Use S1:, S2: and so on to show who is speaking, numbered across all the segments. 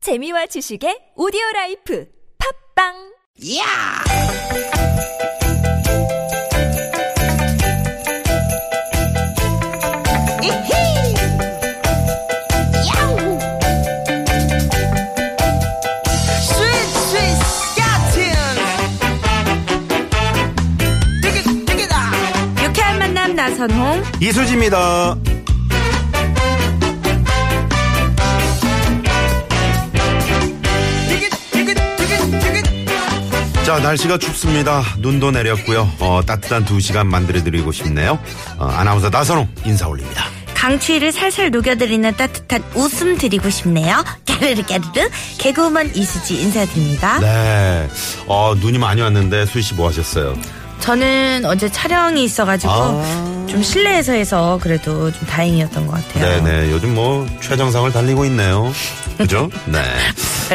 S1: 재미와 지식의 오디오 라이프 팝빵!
S2: 이야! 이히! 야우! 스윗, 스윗, 스카틴! 띠기, 띠기다!
S3: 유쾌한 만남 나선홍
S4: 이수지입니다.
S2: 띠기, 띠기, 띠기, 띠기!
S4: 자, 날씨가 춥습니다. 눈도 내렸고요. 어, 따뜻한 두 시간 만들어드리고 싶네요. 어, 아나운서 나선홍 인사 올립니다.
S3: 강추위를 살살 녹여드리는 따뜻한 웃음 드리고 싶네요 까르르 까르르 개그우먼 이수지 인사드립니다
S4: 네. 어, 눈이 많이 왔는데 수희 씨 뭐 하셨어요?
S3: 저는 어제 촬영이 있어가지고
S4: 아.
S3: 좀 실내에서 해서 그래도 좀 다행이었던 것 같아요
S4: 네네. 요즘 뭐 최정상을 달리고 있네요. 그죠? 네.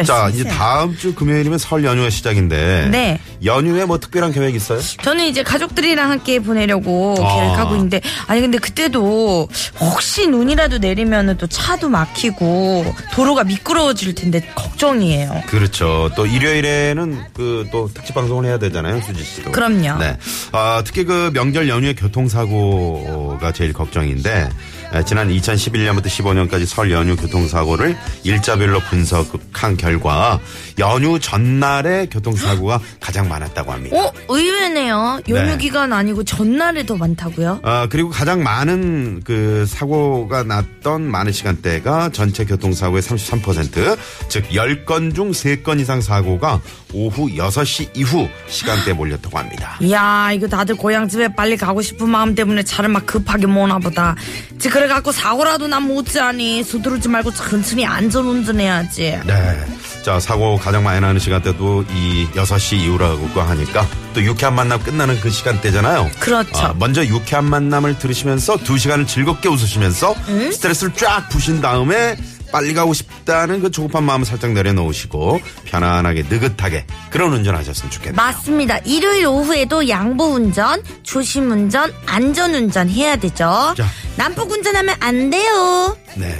S4: 자, 이제 다음 주 금요일이면 설 연휴가 시작인데.
S3: 네.
S4: 연휴에 뭐 특별한 계획 있어요?
S3: 저는 이제 가족들이랑 함께 보내려고
S4: 아.
S3: 계획하고 있는데 아니 근데 그때도 혹시 눈이라도 내리면 또 차도 막히고 도로가 미끄러워질 텐데 걱정이에요
S4: 그렇죠. 또 일요일에는 그 또 특집 방송을 해야 되잖아요, 수지 씨도.
S3: 그럼요.
S4: 네. 아, 특히 그 명절 연휴에 교통사고가 제일 걱정인데 에, 지난 2011년부터 15년까지 설 연휴 교통사고를 일자별로 분석한 결과 연휴 전날에 교통사고가 가장 많았다고 합니다.
S3: 어 의외네요 연휴
S4: 네.
S3: 기간 아니고 전날에 더 많다고요?
S4: 아, 그리고 가장 많은 그 사고가 났던 많은 시간대가 전체 교통사고의 33%, 즉 10건 중 3건 이상 사고가 오후 6시 이후 시간대에 몰렸다고 합니다.
S3: 이야 이거 다들 고향 집에 빨리 가고 싶은 마음 때문에 차를 막 급하게 모나 보다 지 그래갖고 사고라도 난 못지하니 서두르지 말고 천천히 안전운전해야지
S4: 네. 자, 사고 가장 많이 나는 시간대도 이 6시 이후라고 하니까 또 유쾌한 만남 끝나는 그 시간대잖아요.
S3: 그렇죠.
S4: 아, 먼저 유쾌한 만남을 들으시면서 두시간을 즐겁게 웃으시면서 스트레스를 쫙 푸신 다음에 빨리 가고 싶다는 그 조급한 마음을 살짝 내려놓으시고 편안하게 느긋하게 그런 운전하셨으면 좋겠네요.
S3: 맞습니다 일요일 오후에도 양보운전 조심운전 안전운전 해야 되죠
S4: 자.
S3: 난폭운전하면 안 돼요
S4: 네.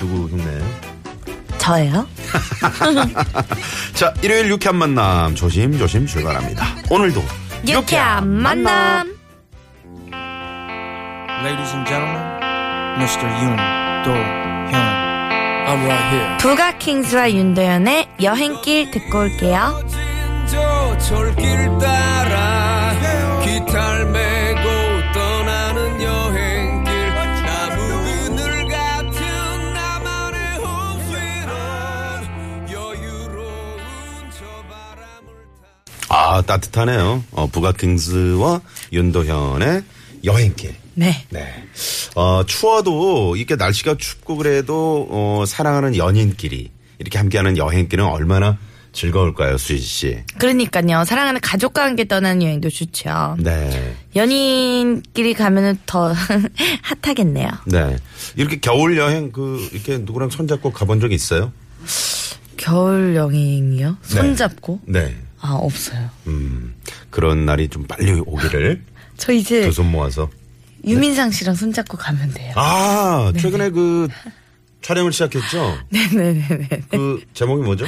S4: 누구 흉내요?
S3: 저요?
S4: 자, 일요일 유쾌한 만남 조심조심 출발합니다. 오늘도
S3: 유쾌한 만남
S5: Ladies and gentlemen, Mr. Yoon Do Hyun. I'm right here.
S3: 부가킹스와 윤도현의 여행길 듣고 올게요
S5: 저 철길 따라 기타를 메고 떠나는 여행길 나무 그늘 같은 나만의 홈스윗 여유로운 저 바람을 타
S4: 아, 따뜻하네요. 어, 부가킹스와 윤도현의 여행길.
S3: 네
S4: 네. 어, 추워도 이렇게 날씨가 춥고 그래도 어, 사랑하는 연인끼리 이렇게 함께하는 여행길은 얼마나 즐거울까요, 수지 씨?
S3: 그러니까요. 사랑하는 가족과 함께 떠나는 여행도 좋죠.
S4: 네.
S3: 연인끼리 가면은 더 핫하겠네요.
S4: 네. 이렇게 겨울 여행 그 이렇게 누구랑 손잡고 가본 적 있어요?
S3: 겨울 여행이요? 손잡고?
S4: 네.
S3: 아, 없어요.
S4: 음. 그런 날이 좀 빨리 오기를
S3: 저 이제
S4: 두 손 모아서.
S3: 유민상 씨랑 손잡고 가면 돼요.
S4: 아, 최근에 그 촬영을 시작했죠?
S3: 네. 네네네네.
S4: 그 제목이 뭐죠?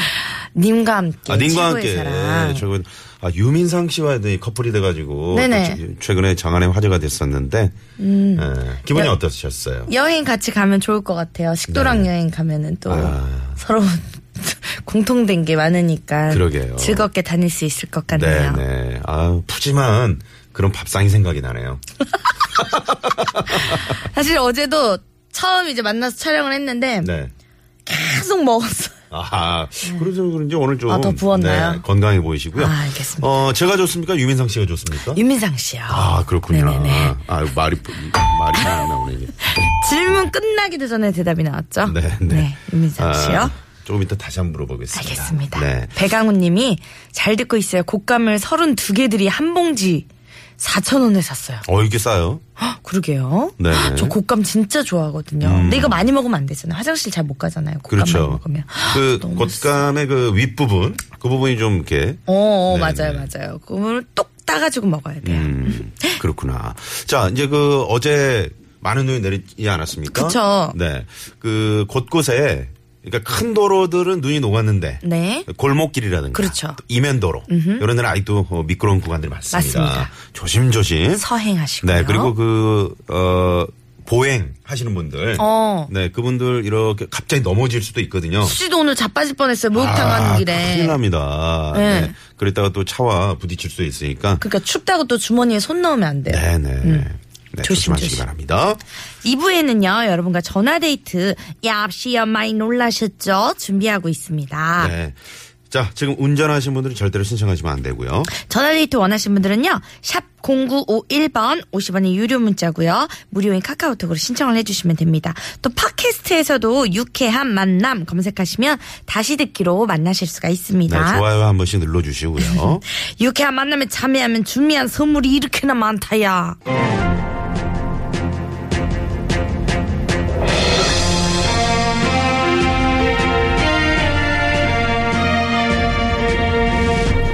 S3: 님과 함께. 네,
S4: 아, 님과 함께.
S3: 친구의 사랑.
S4: 최근 아, 유민상 씨와 이제 커플이 돼가지고
S3: 네네. 음.
S4: 그 최- 최근에 장안에 화제가 됐었는데 예, 기분이 어떠셨어요?
S3: 여행 같이 가면 좋을 것 같아요. 식도락 여행 가면은 또
S4: 아.
S3: 서로 공통된 게 많으니까
S4: 그러게요.
S3: 즐겁게 다닐 수 있을 것
S4: 네,
S3: 같네요.
S4: 네. 아 푸짐한 그런 밥상이 생각이 나네요.
S3: 사실 어제도 처음 이제 만나서 촬영을 했는데
S4: 네.
S3: 계속 먹었어요.
S4: 아, 그래서 그런지 오늘 좀
S3: 네. 아, 더 부었나요?
S4: 네, 건강해 보이시고요.
S3: 아, 알겠습니다.
S4: 어, 제가 좋습니까? 유민상 씨가 좋습니까?
S3: 유민상 씨요.
S4: 아, 그렇군요.
S3: 네네네.
S4: 아, 말이 말이 안 나오네 이게.
S3: 질문 끝나기도 전에 대답이 나왔죠?
S4: 네, 네.
S3: 유민상
S4: 아,
S3: 씨요.
S4: 조금 이따 다시 한번 물어보겠습니다.
S3: 알겠습니다.
S4: 네.
S3: 배강훈 님이 잘 듣고 있어요. 곶감을 32개들이 한 봉지 4,000원에 샀어요.
S4: 어, 이게 싸요?
S3: 헉, 그러게요.
S4: 네. 음.
S3: 헉, 저 곶감 진짜 좋아하거든요. 근데 이거 많이 먹으면 안 되잖아요. 화장실 잘 못 가잖아요. 곶감 많이
S4: 그렇죠.
S3: 먹으면. 아,
S4: 그
S3: 너무
S4: 곶감의 그 윗부분 그 부분이 좀 이렇게
S3: 어, 어,
S4: 네,
S3: 맞아요,
S4: 네.
S3: 맞아요. 그걸 똑 따가지고 먹어야 돼요.
S4: 음, 그렇구나. 자, 이제 그 어제 많은 눈이 내리지 않았습니까?
S3: 그쵸.
S4: 네. 그 곳곳에 그러니까 큰 도로들은 눈이 녹았는데
S3: 네.
S4: 골목길이라든가
S3: 그렇죠.
S4: 또 이면도로 이런 데는 아직도 어, 미끄러운 구간들이 많습니다.
S3: 맞습니다.
S4: 조심조심.
S3: 서행하시고요.
S4: 네 그리고 그 어. 보행 하시는 분들,
S3: 어.
S4: 네 그분들 이렇게 갑자기 넘어질 수도 있거든요.
S3: 수지도 오늘 자빠질 뻔했어요. 목욕탕
S4: 아,
S3: 가는 길에.
S4: 큰일 납니다.
S3: 네.
S4: 네. 그랬다가 또 차와 부딪힐 수도 있으니까.
S3: 그러니까 춥다고 또 주머니에 손 넣으면 안 돼요.
S4: 네네. 네,
S3: 조심,
S4: 조심하시기
S3: 조심.
S4: 바랍니다.
S3: 2부에는요, 여러분과 전화데이트, 얍시야 많이 놀라셨죠? 준비하고 있습니다.
S4: 네. 자, 지금 운전하시는 분들은 절대로 신청하시면 안 되고요.
S3: 전화데이트 원하신 분들은요, 샵 0951번 50원의 유료 문자고요 무료인 카카오톡으로 신청을 해주시면 됩니다. 또 팟캐스트에서도 유쾌한 만남 검색하시면 다시 듣기로 만나실 수가
S4: 네,
S3: 있습니다.
S4: 좋아요 한 번씩 눌러주시고요.
S3: 유쾌한 만남에 참여하면 준비한 선물이 이렇게나 많다야.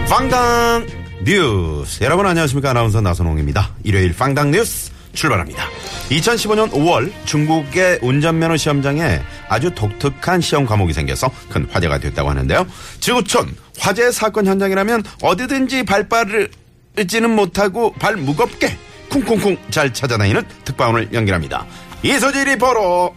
S4: 빵당 뉴스. 여러분 안녕하십니까. 아나운서 나선홍입니다. 일요일 빵당 뉴스 출발합니다. 2015년 5월 중국의 운전면허 시험장에 아주 독특한 시험 과목이 생겨서 큰 화제가 됐다고 하는데요. 지구촌 화재 사건 현장이라면 어디든지 발빠르지는 못하고 발 무겁게 쿵쿵쿵 잘 찾아다니는 특파원을 연결합니다. 이소지 리포로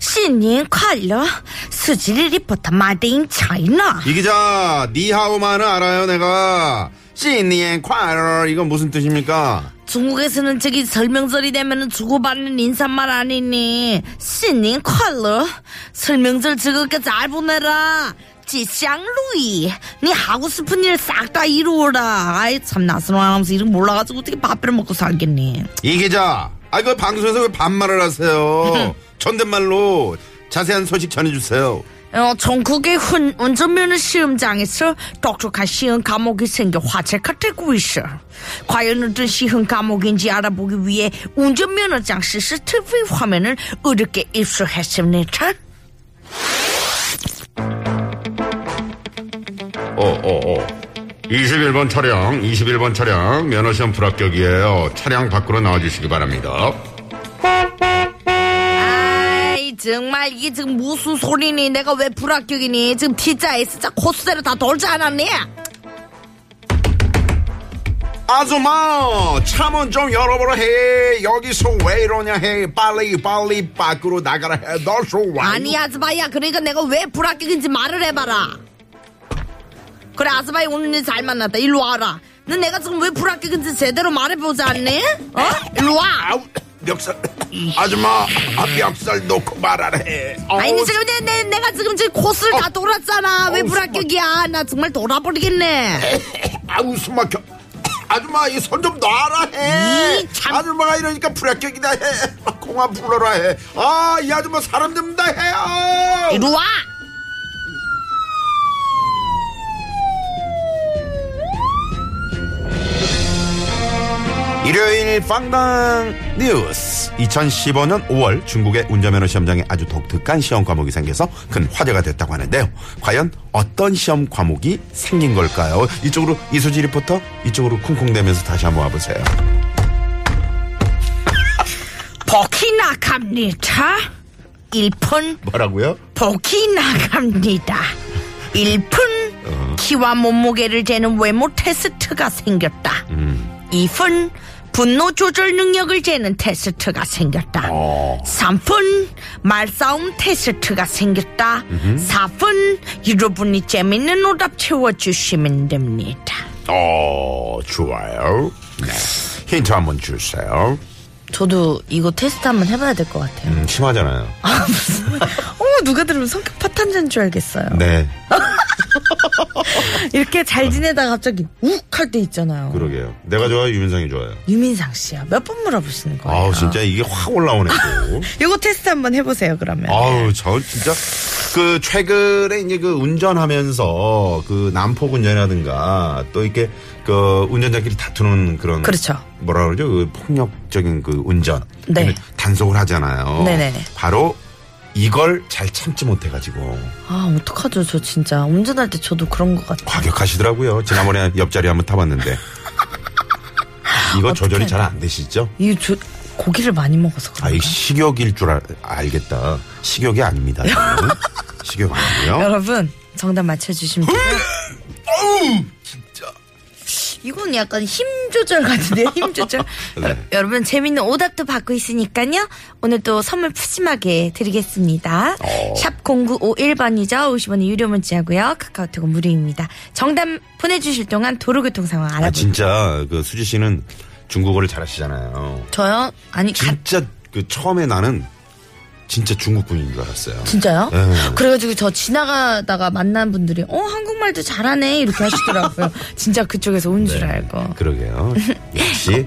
S3: 新年快乐! 수지리 리포터 마데인 차이나.
S4: 이 기자 니하오만은 알아요 내가. 신년 快乐 이건 무슨 뜻입니까?
S3: 중국에서는 저기 설명절이 되면은 주고받는 인사말 아니니. 신년 快乐! 설명절 즐겁게 잘 보내라. 지샹루이, 네 하고 싶은 일 싹 다 이루어라. 아이 참 나스로 하면서 이런 몰라가지고 어떻게 밥을 먹고 살겠니?
S4: 이 기자, 아, 그 방송에서 왜 반말을 하세요? 존댓말로 자세한 소식 전해주세요.
S3: 어, 전국의 훈, 운전면허 시험장에서 독특한 시험 과목이 생겨 화제가 되고 있어. 과연 어떤 시험 과목인지 알아보기 위해 운전면허장 CCTV 화면을 어렵게 입수했습니다.
S4: 어, 어, 어. 21번 차량, 21번 차량, 면허시험 불합격이에요. 차량 밖으로 나와주시기 바랍니다.
S3: 아이, 정말 이게 지금 무슨 소리니? 내가 왜 불합격이니? 지금 T자, S자, 코스대로 다 돌지 않았니?
S4: 아줌마, 차문 좀 열어보라 해. 여기서 왜 이러냐 해. 빨리, 빨리 밖으로 나가라 해. 너 좋아.
S3: 아니 아즈바이야 그러니까 내가 왜 불합격인지 말을 해봐라 그래 아즈바이 오늘 일 잘 만났다 일로 와라 넌 내가 지금 왜 불합격인지 제대로 말해보지 않니? 어? 일로 와
S4: 아우, 멱살. 아줌마, 아, 멱살 놓고 말하라 해. 어우, 어.
S3: 아니 지금 내, 내, 내가 지금 지금 코스를 다 돌았잖아 왜
S4: 어우,
S3: 불합격이야 나 정말 돌아버리겠네
S4: 아우 숨 막혀 아줌마 이 손 좀 놔라 해
S3: 이 참-
S4: 아줌마가 이러니까 불합격이다 해 공화 불러라 해아 이 아줌마 사람 됩니다 해 아.
S3: 일로 와
S4: 일요일 빵당 뉴스 2015년 5월 중국의 운전면허 시험장에 아주 독특한 시험 과목이 생겨서 큰 화제가 됐다고 하는데요 과연 어떤 시험 과목이 생긴 걸까요 이쪽으로 이수지 리포터 이쪽으로 쿵쿵대면서 다시 한번 와보세요
S3: 버키나 갑니다 1분
S4: 뭐라고요?
S3: 복이 나갑니다. 1분 키와 몸무게를 재는 외모 테스트가 생겼다. 2분 분노 조절 능력을 재는 테스트가 생겼다. 3분 말싸움 테스트가 생겼다. 4분 여러분이 재밌는 오답 채워주시면 됩니다.
S4: 어 좋아요 네. 힌트 한번 주세요
S3: 저도 이거 테스트 한번 해봐야 될 것 같아요.
S4: 음, 심하잖아요.
S3: 어 누가 들으면 성격 파탄자인 줄 알겠어요.
S4: 네,
S3: 이렇게 잘 지내다가 갑자기 욱 할 때 있잖아요.
S4: 그러게요. 내가 좋아요, 유민상이 좋아요.
S3: 유민상 씨야 몇 번 물어보시는 거예요?
S4: 아우, 진짜 이게 확 올라오네, 또.
S3: 요거 테스트 한번 해보세요 그러면.
S4: 아우, 저 진짜. 그, 최근에 이제 그 운전하면서 그 난폭 운전이라든가 또 이렇게 그 운전자끼리 다투는 그런.
S3: 그렇죠.
S4: 뭐라 그러죠? 그 폭력적인 그 운전.
S3: 네.
S4: 그러면 단속을 하잖아요.
S3: 네네네.
S4: 바로 이걸 잘 참지 못해가지고
S3: 아 어떡하죠 저 진짜 운전할 때 저도 그런 것 같아.
S4: 과격하시더라고요. 지난번에 옆자리 한번 타봤는데. 이거 조절이 잘 안 되시죠?
S3: 이저 고기를 많이 먹어서 그런가?
S4: 아이 식욕일 줄 알, 알겠다. 식욕이 아닙니다. 저는. 식욕 아니고요.
S3: 여러분 정답 맞춰주시면 돼요. 이건 약간 힘 조절 같은데요, 힘 조절.
S4: 네.
S3: 여- 여러분, 재밌는 오답도 받고 있으니까요. 오늘 또 선물 푸짐하게 드리겠습니다.
S4: 어.
S3: 샵 0951번이죠. 50원의 유료 문자고요. 카카오톡은 무료입니다. 정답 보내주실 동안 도로교통 상황
S4: 아
S3: 알아보죠.
S4: 진짜 그 수지 씨는 중국어를 잘하시잖아요.
S3: 저요? 아니, 가-
S4: 진짜 그 처음에 나는 진짜 중국분인 줄 알았어요.
S3: 진짜요?
S4: 예.
S3: 그래가지고 저 지나가다가 만난 분들이 어 한국말도 잘하네 이렇게 하시더라고요. 진짜 그쪽에서 온
S4: 네.
S3: 줄 알고
S4: 음, 그러게요. 역시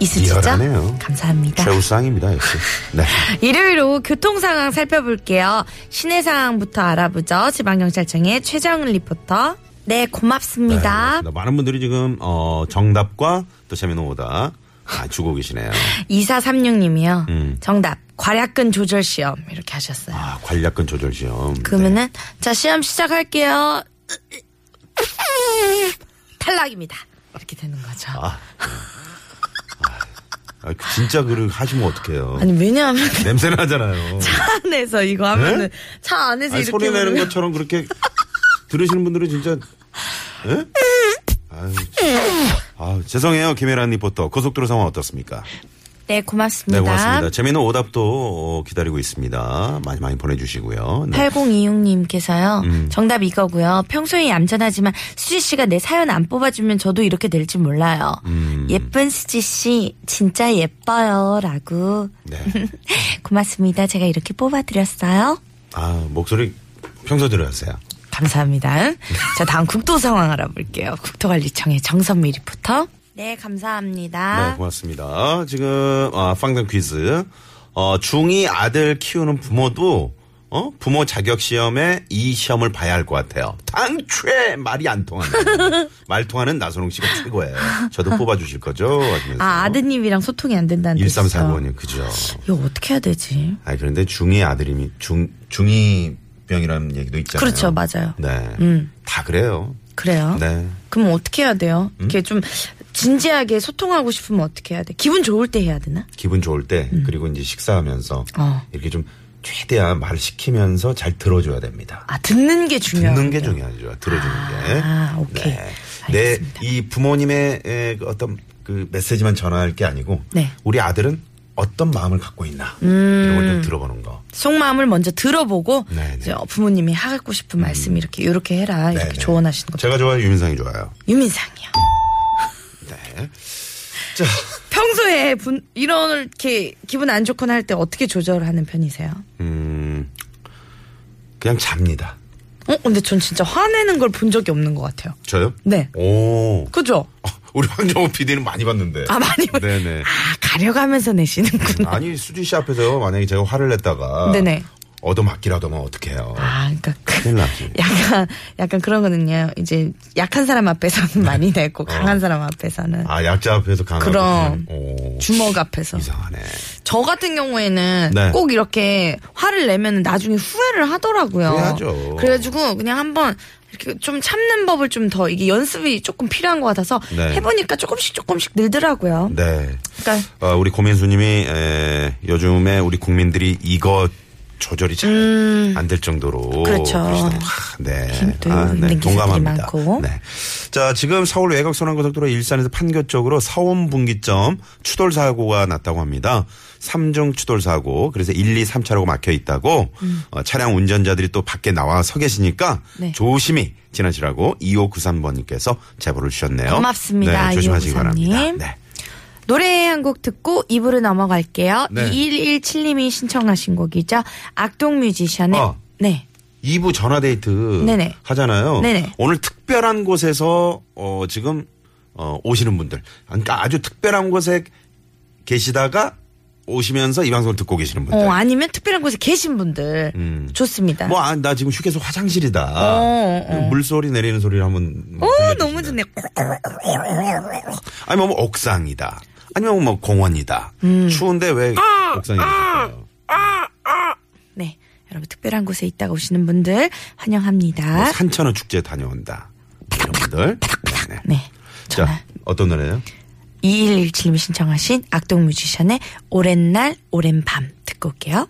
S3: 있으시죠?
S4: 리얼하네요.
S3: 감사합니다.
S4: 최우상입니다. 역시. 네.
S3: 일요일 오후 교통 상황 살펴볼게요. 시내 상황부터 알아보죠. 지방경찰청의 최정은 리포터. 네, 고맙습니다.
S4: 네, 많은 분들이 지금 어, 정답과 또 재미있는 오다 아, 주고 계시네요.
S3: 2436님이요. 정답. 괄약근 조절 시험. 이렇게 하셨어요.
S4: 음. 아, 관략근 조절 시험. 네.
S3: 그러면은, 자, 시험 시작할게요. 탈락입니다. 이렇게 되는 거죠.
S4: 아, 그 진짜 그걸 하시면 어떡해요.
S3: 아니, 왜냐하면
S4: 냄새 나잖아요.
S3: 차 안에서 이거 하면은, 차
S4: 네?
S3: 안에서
S4: 아니,
S3: 이렇게.
S4: 소리 내는
S3: 부르면-
S4: 것처럼 그렇게 들으시는 분들은 진짜 예? 아유, 아 죄송해요 김혜란 리포터 고속도로 상황 어떻습니까?
S3: 네,
S4: 네
S3: 고맙습니다.
S4: 고맙습니다. 재미있는 오답도 어, 기다리고 있습니다. 많이 많이 보내주시고요. 네.
S3: 8026님께서요. 정답 이거고요. 평소에 얌전하지만 수지 씨가 내 사연 안 뽑아주면 저도 이렇게 될지 몰라요. 예쁜 수지 씨 진짜 예뻐요라고.
S4: 네.
S3: 고맙습니다. 제가 이렇게 뽑아드렸어요.
S4: 아 목소리 평소 대로 하세요.
S3: 감사합니다. 자 다음 국도 상황 알아볼게요. 국토관리청의 정선미 리포터. 네 감사합니다.
S4: 네, 고맙습니다. 지금 아, 빵당 퀴즈. 어, 중2 아들 키우는 부모도 어? 부모 자격 시험에 이 시험을 봐야 할 것 같아요. 당최 말이 안 통한다. 말 통하는 나선홍 씨가 최고예요. 저도 뽑아 주실 거죠? 하시면서.
S3: 아 아드님이랑 소통이 안 된다는 뜻이죠.
S4: 1345님 그죠?
S3: 이거 어떻게 해야 되지?
S4: 아 그런데 중2 아들이 중 중2 병이라는 얘기도 있잖아요.
S3: 그렇죠, 맞아요. 음.
S4: 네. 다 그래요.
S3: 그래요?
S4: 네. 음?
S3: 그럼 어떻게 해야 돼요? 이렇게 좀 진지하게 소통하고 싶으면 어떻게 해야 돼? 기분 좋을 때 해야 되나?
S4: 기분 좋을 때 그리고 이제 식사하면서
S3: 음. 어.
S4: 이렇게 좀 최대한 말 시키면서 잘 들어줘야 됩니다.
S3: 아 듣는 게 중요해요.
S4: 듣는 게 중요하죠. 들어주는 게.
S3: 아, 오케이.
S4: 네.
S3: 알겠습니다.
S4: 네, 이 부모님의 에, 그 어떤 그 메시지만 전할 게 아니고
S3: 네.
S4: 우리 아들은 어떤 마음을 갖고 있나 이런 걸 좀 들어보는 거.
S3: 속마음을 먼저 들어보고
S4: 네, 네.
S3: 이제 부모님이 하고 싶은 말씀 이렇게 이렇게 해라 이렇게
S4: 네, 네.
S3: 조언하시는 거.
S4: 제가 좋아하는 유민상이 좋아요.
S3: 유민상이요.
S4: 네. 자,
S3: 평소에 분, 이렇게 기분 안 좋거나 할 때 어떻게 조절하는 편이세요?
S4: 음, 그냥 잡니다.
S3: 어, 근데 전 진짜 화내는 걸 본 적이 없는 것 같아요.
S4: 저요?
S3: 네.
S4: 오.
S3: 그죠?
S4: 우리 황정호 PD는 많이 봤는데.
S3: 아 많이 봐-
S4: 네네.
S3: 아 가려가면서 내시는구나.
S4: 아니 수지 씨 앞에서 만약에 제가 화를 냈다가
S3: 네네.
S4: 얻어맞기라도 하면 어떡해요.
S3: 아, 그러니까
S4: 큰일 나지.
S3: 약간 약간 그런 거는요. 이제 약한 사람 앞에서는 많이 내고 강한 사람 앞에서는
S4: 네. 어. 아 약자 앞에서 강하고
S3: 그럼.
S4: 오,
S3: 주먹 앞에서.
S4: 이상하네.
S3: 저 같은 경우에는
S4: 네.
S3: 꼭 이렇게 화를 내면 나중에 후회를 하더라고요.
S4: 후회하죠.
S3: 그래가지고 그냥 한번 이렇게 좀 참는 법을 좀 더 이게 연습이 조금 필요한 것 같아서
S4: 네.
S3: 해보니까 조금씩 조금씩 늘더라고요.
S4: 네.
S3: 그러니까
S4: 아, 우리 고민수님이 에, 요즘에 우리 국민들이 이거 조절이 잘 안 될 정도로
S3: 음. 그렇죠.
S4: 그러시다고. 하, 네.
S3: 힘들고 힘든 기사들이
S4: 동감합니다.
S3: 많고.
S4: 네. 자, 지금 서울 외곽 순환고속도로 일산에서 판교 쪽으로 서원 분기점 추돌 사고가 났다고 합니다. 3중 추돌 사고. 그래서 1, 2, 3차로 막혀 있다고 어, 차량 운전자들이 또 밖에 나와 서 계시니까
S3: 음. 네.
S4: 조심히 지나시라고 2593번님께서 제보를 주셨네요.
S3: 고맙습니다,
S4: 네, 조심하시기 바랍니다.
S3: 2593님.
S4: 네.
S3: 노래 한 곡 듣고 입으로 넘어갈게요.
S4: 네.
S3: 2117님이 신청하신 곡이죠. 악동 뮤지션의
S4: 어.
S3: 네.
S4: 2부 전화데이트
S3: 네네.
S4: 하잖아요.
S3: 네네.
S4: 오늘 특별한 곳에서 어, 지금 어, 오시는 분들, 그러니까 아주 특별한 곳에 계시다가 오시면서 이 방송을 듣고 계시는 분들.
S3: 어, 아니면 특별한 곳에 계신 분들 좋습니다.
S4: 뭐, 아, 나 지금 휴게소 화장실이다.
S3: 어, 어.
S4: 물소리 내리는 소리를 한번. 뭐
S3: 오
S4: 들려주시면.
S3: 너무 좋네.
S4: 아니면 뭐, 옥상이다. 아니면 뭐, 공원이다.
S3: 음.
S4: 추운데 왜 옥상이 있을까요?
S3: 네. 여러분 특별한 곳에 있다가 오시는 분들 환영합니다.
S4: 뭐 산천어 축제 다녀온다. 이런 분들. 네.
S3: 네.
S4: 자, 어떤 노래예요?
S3: 2117님 신청하신 악동 뮤지션의 오랜 날, 오랜 밤 듣고 올게요.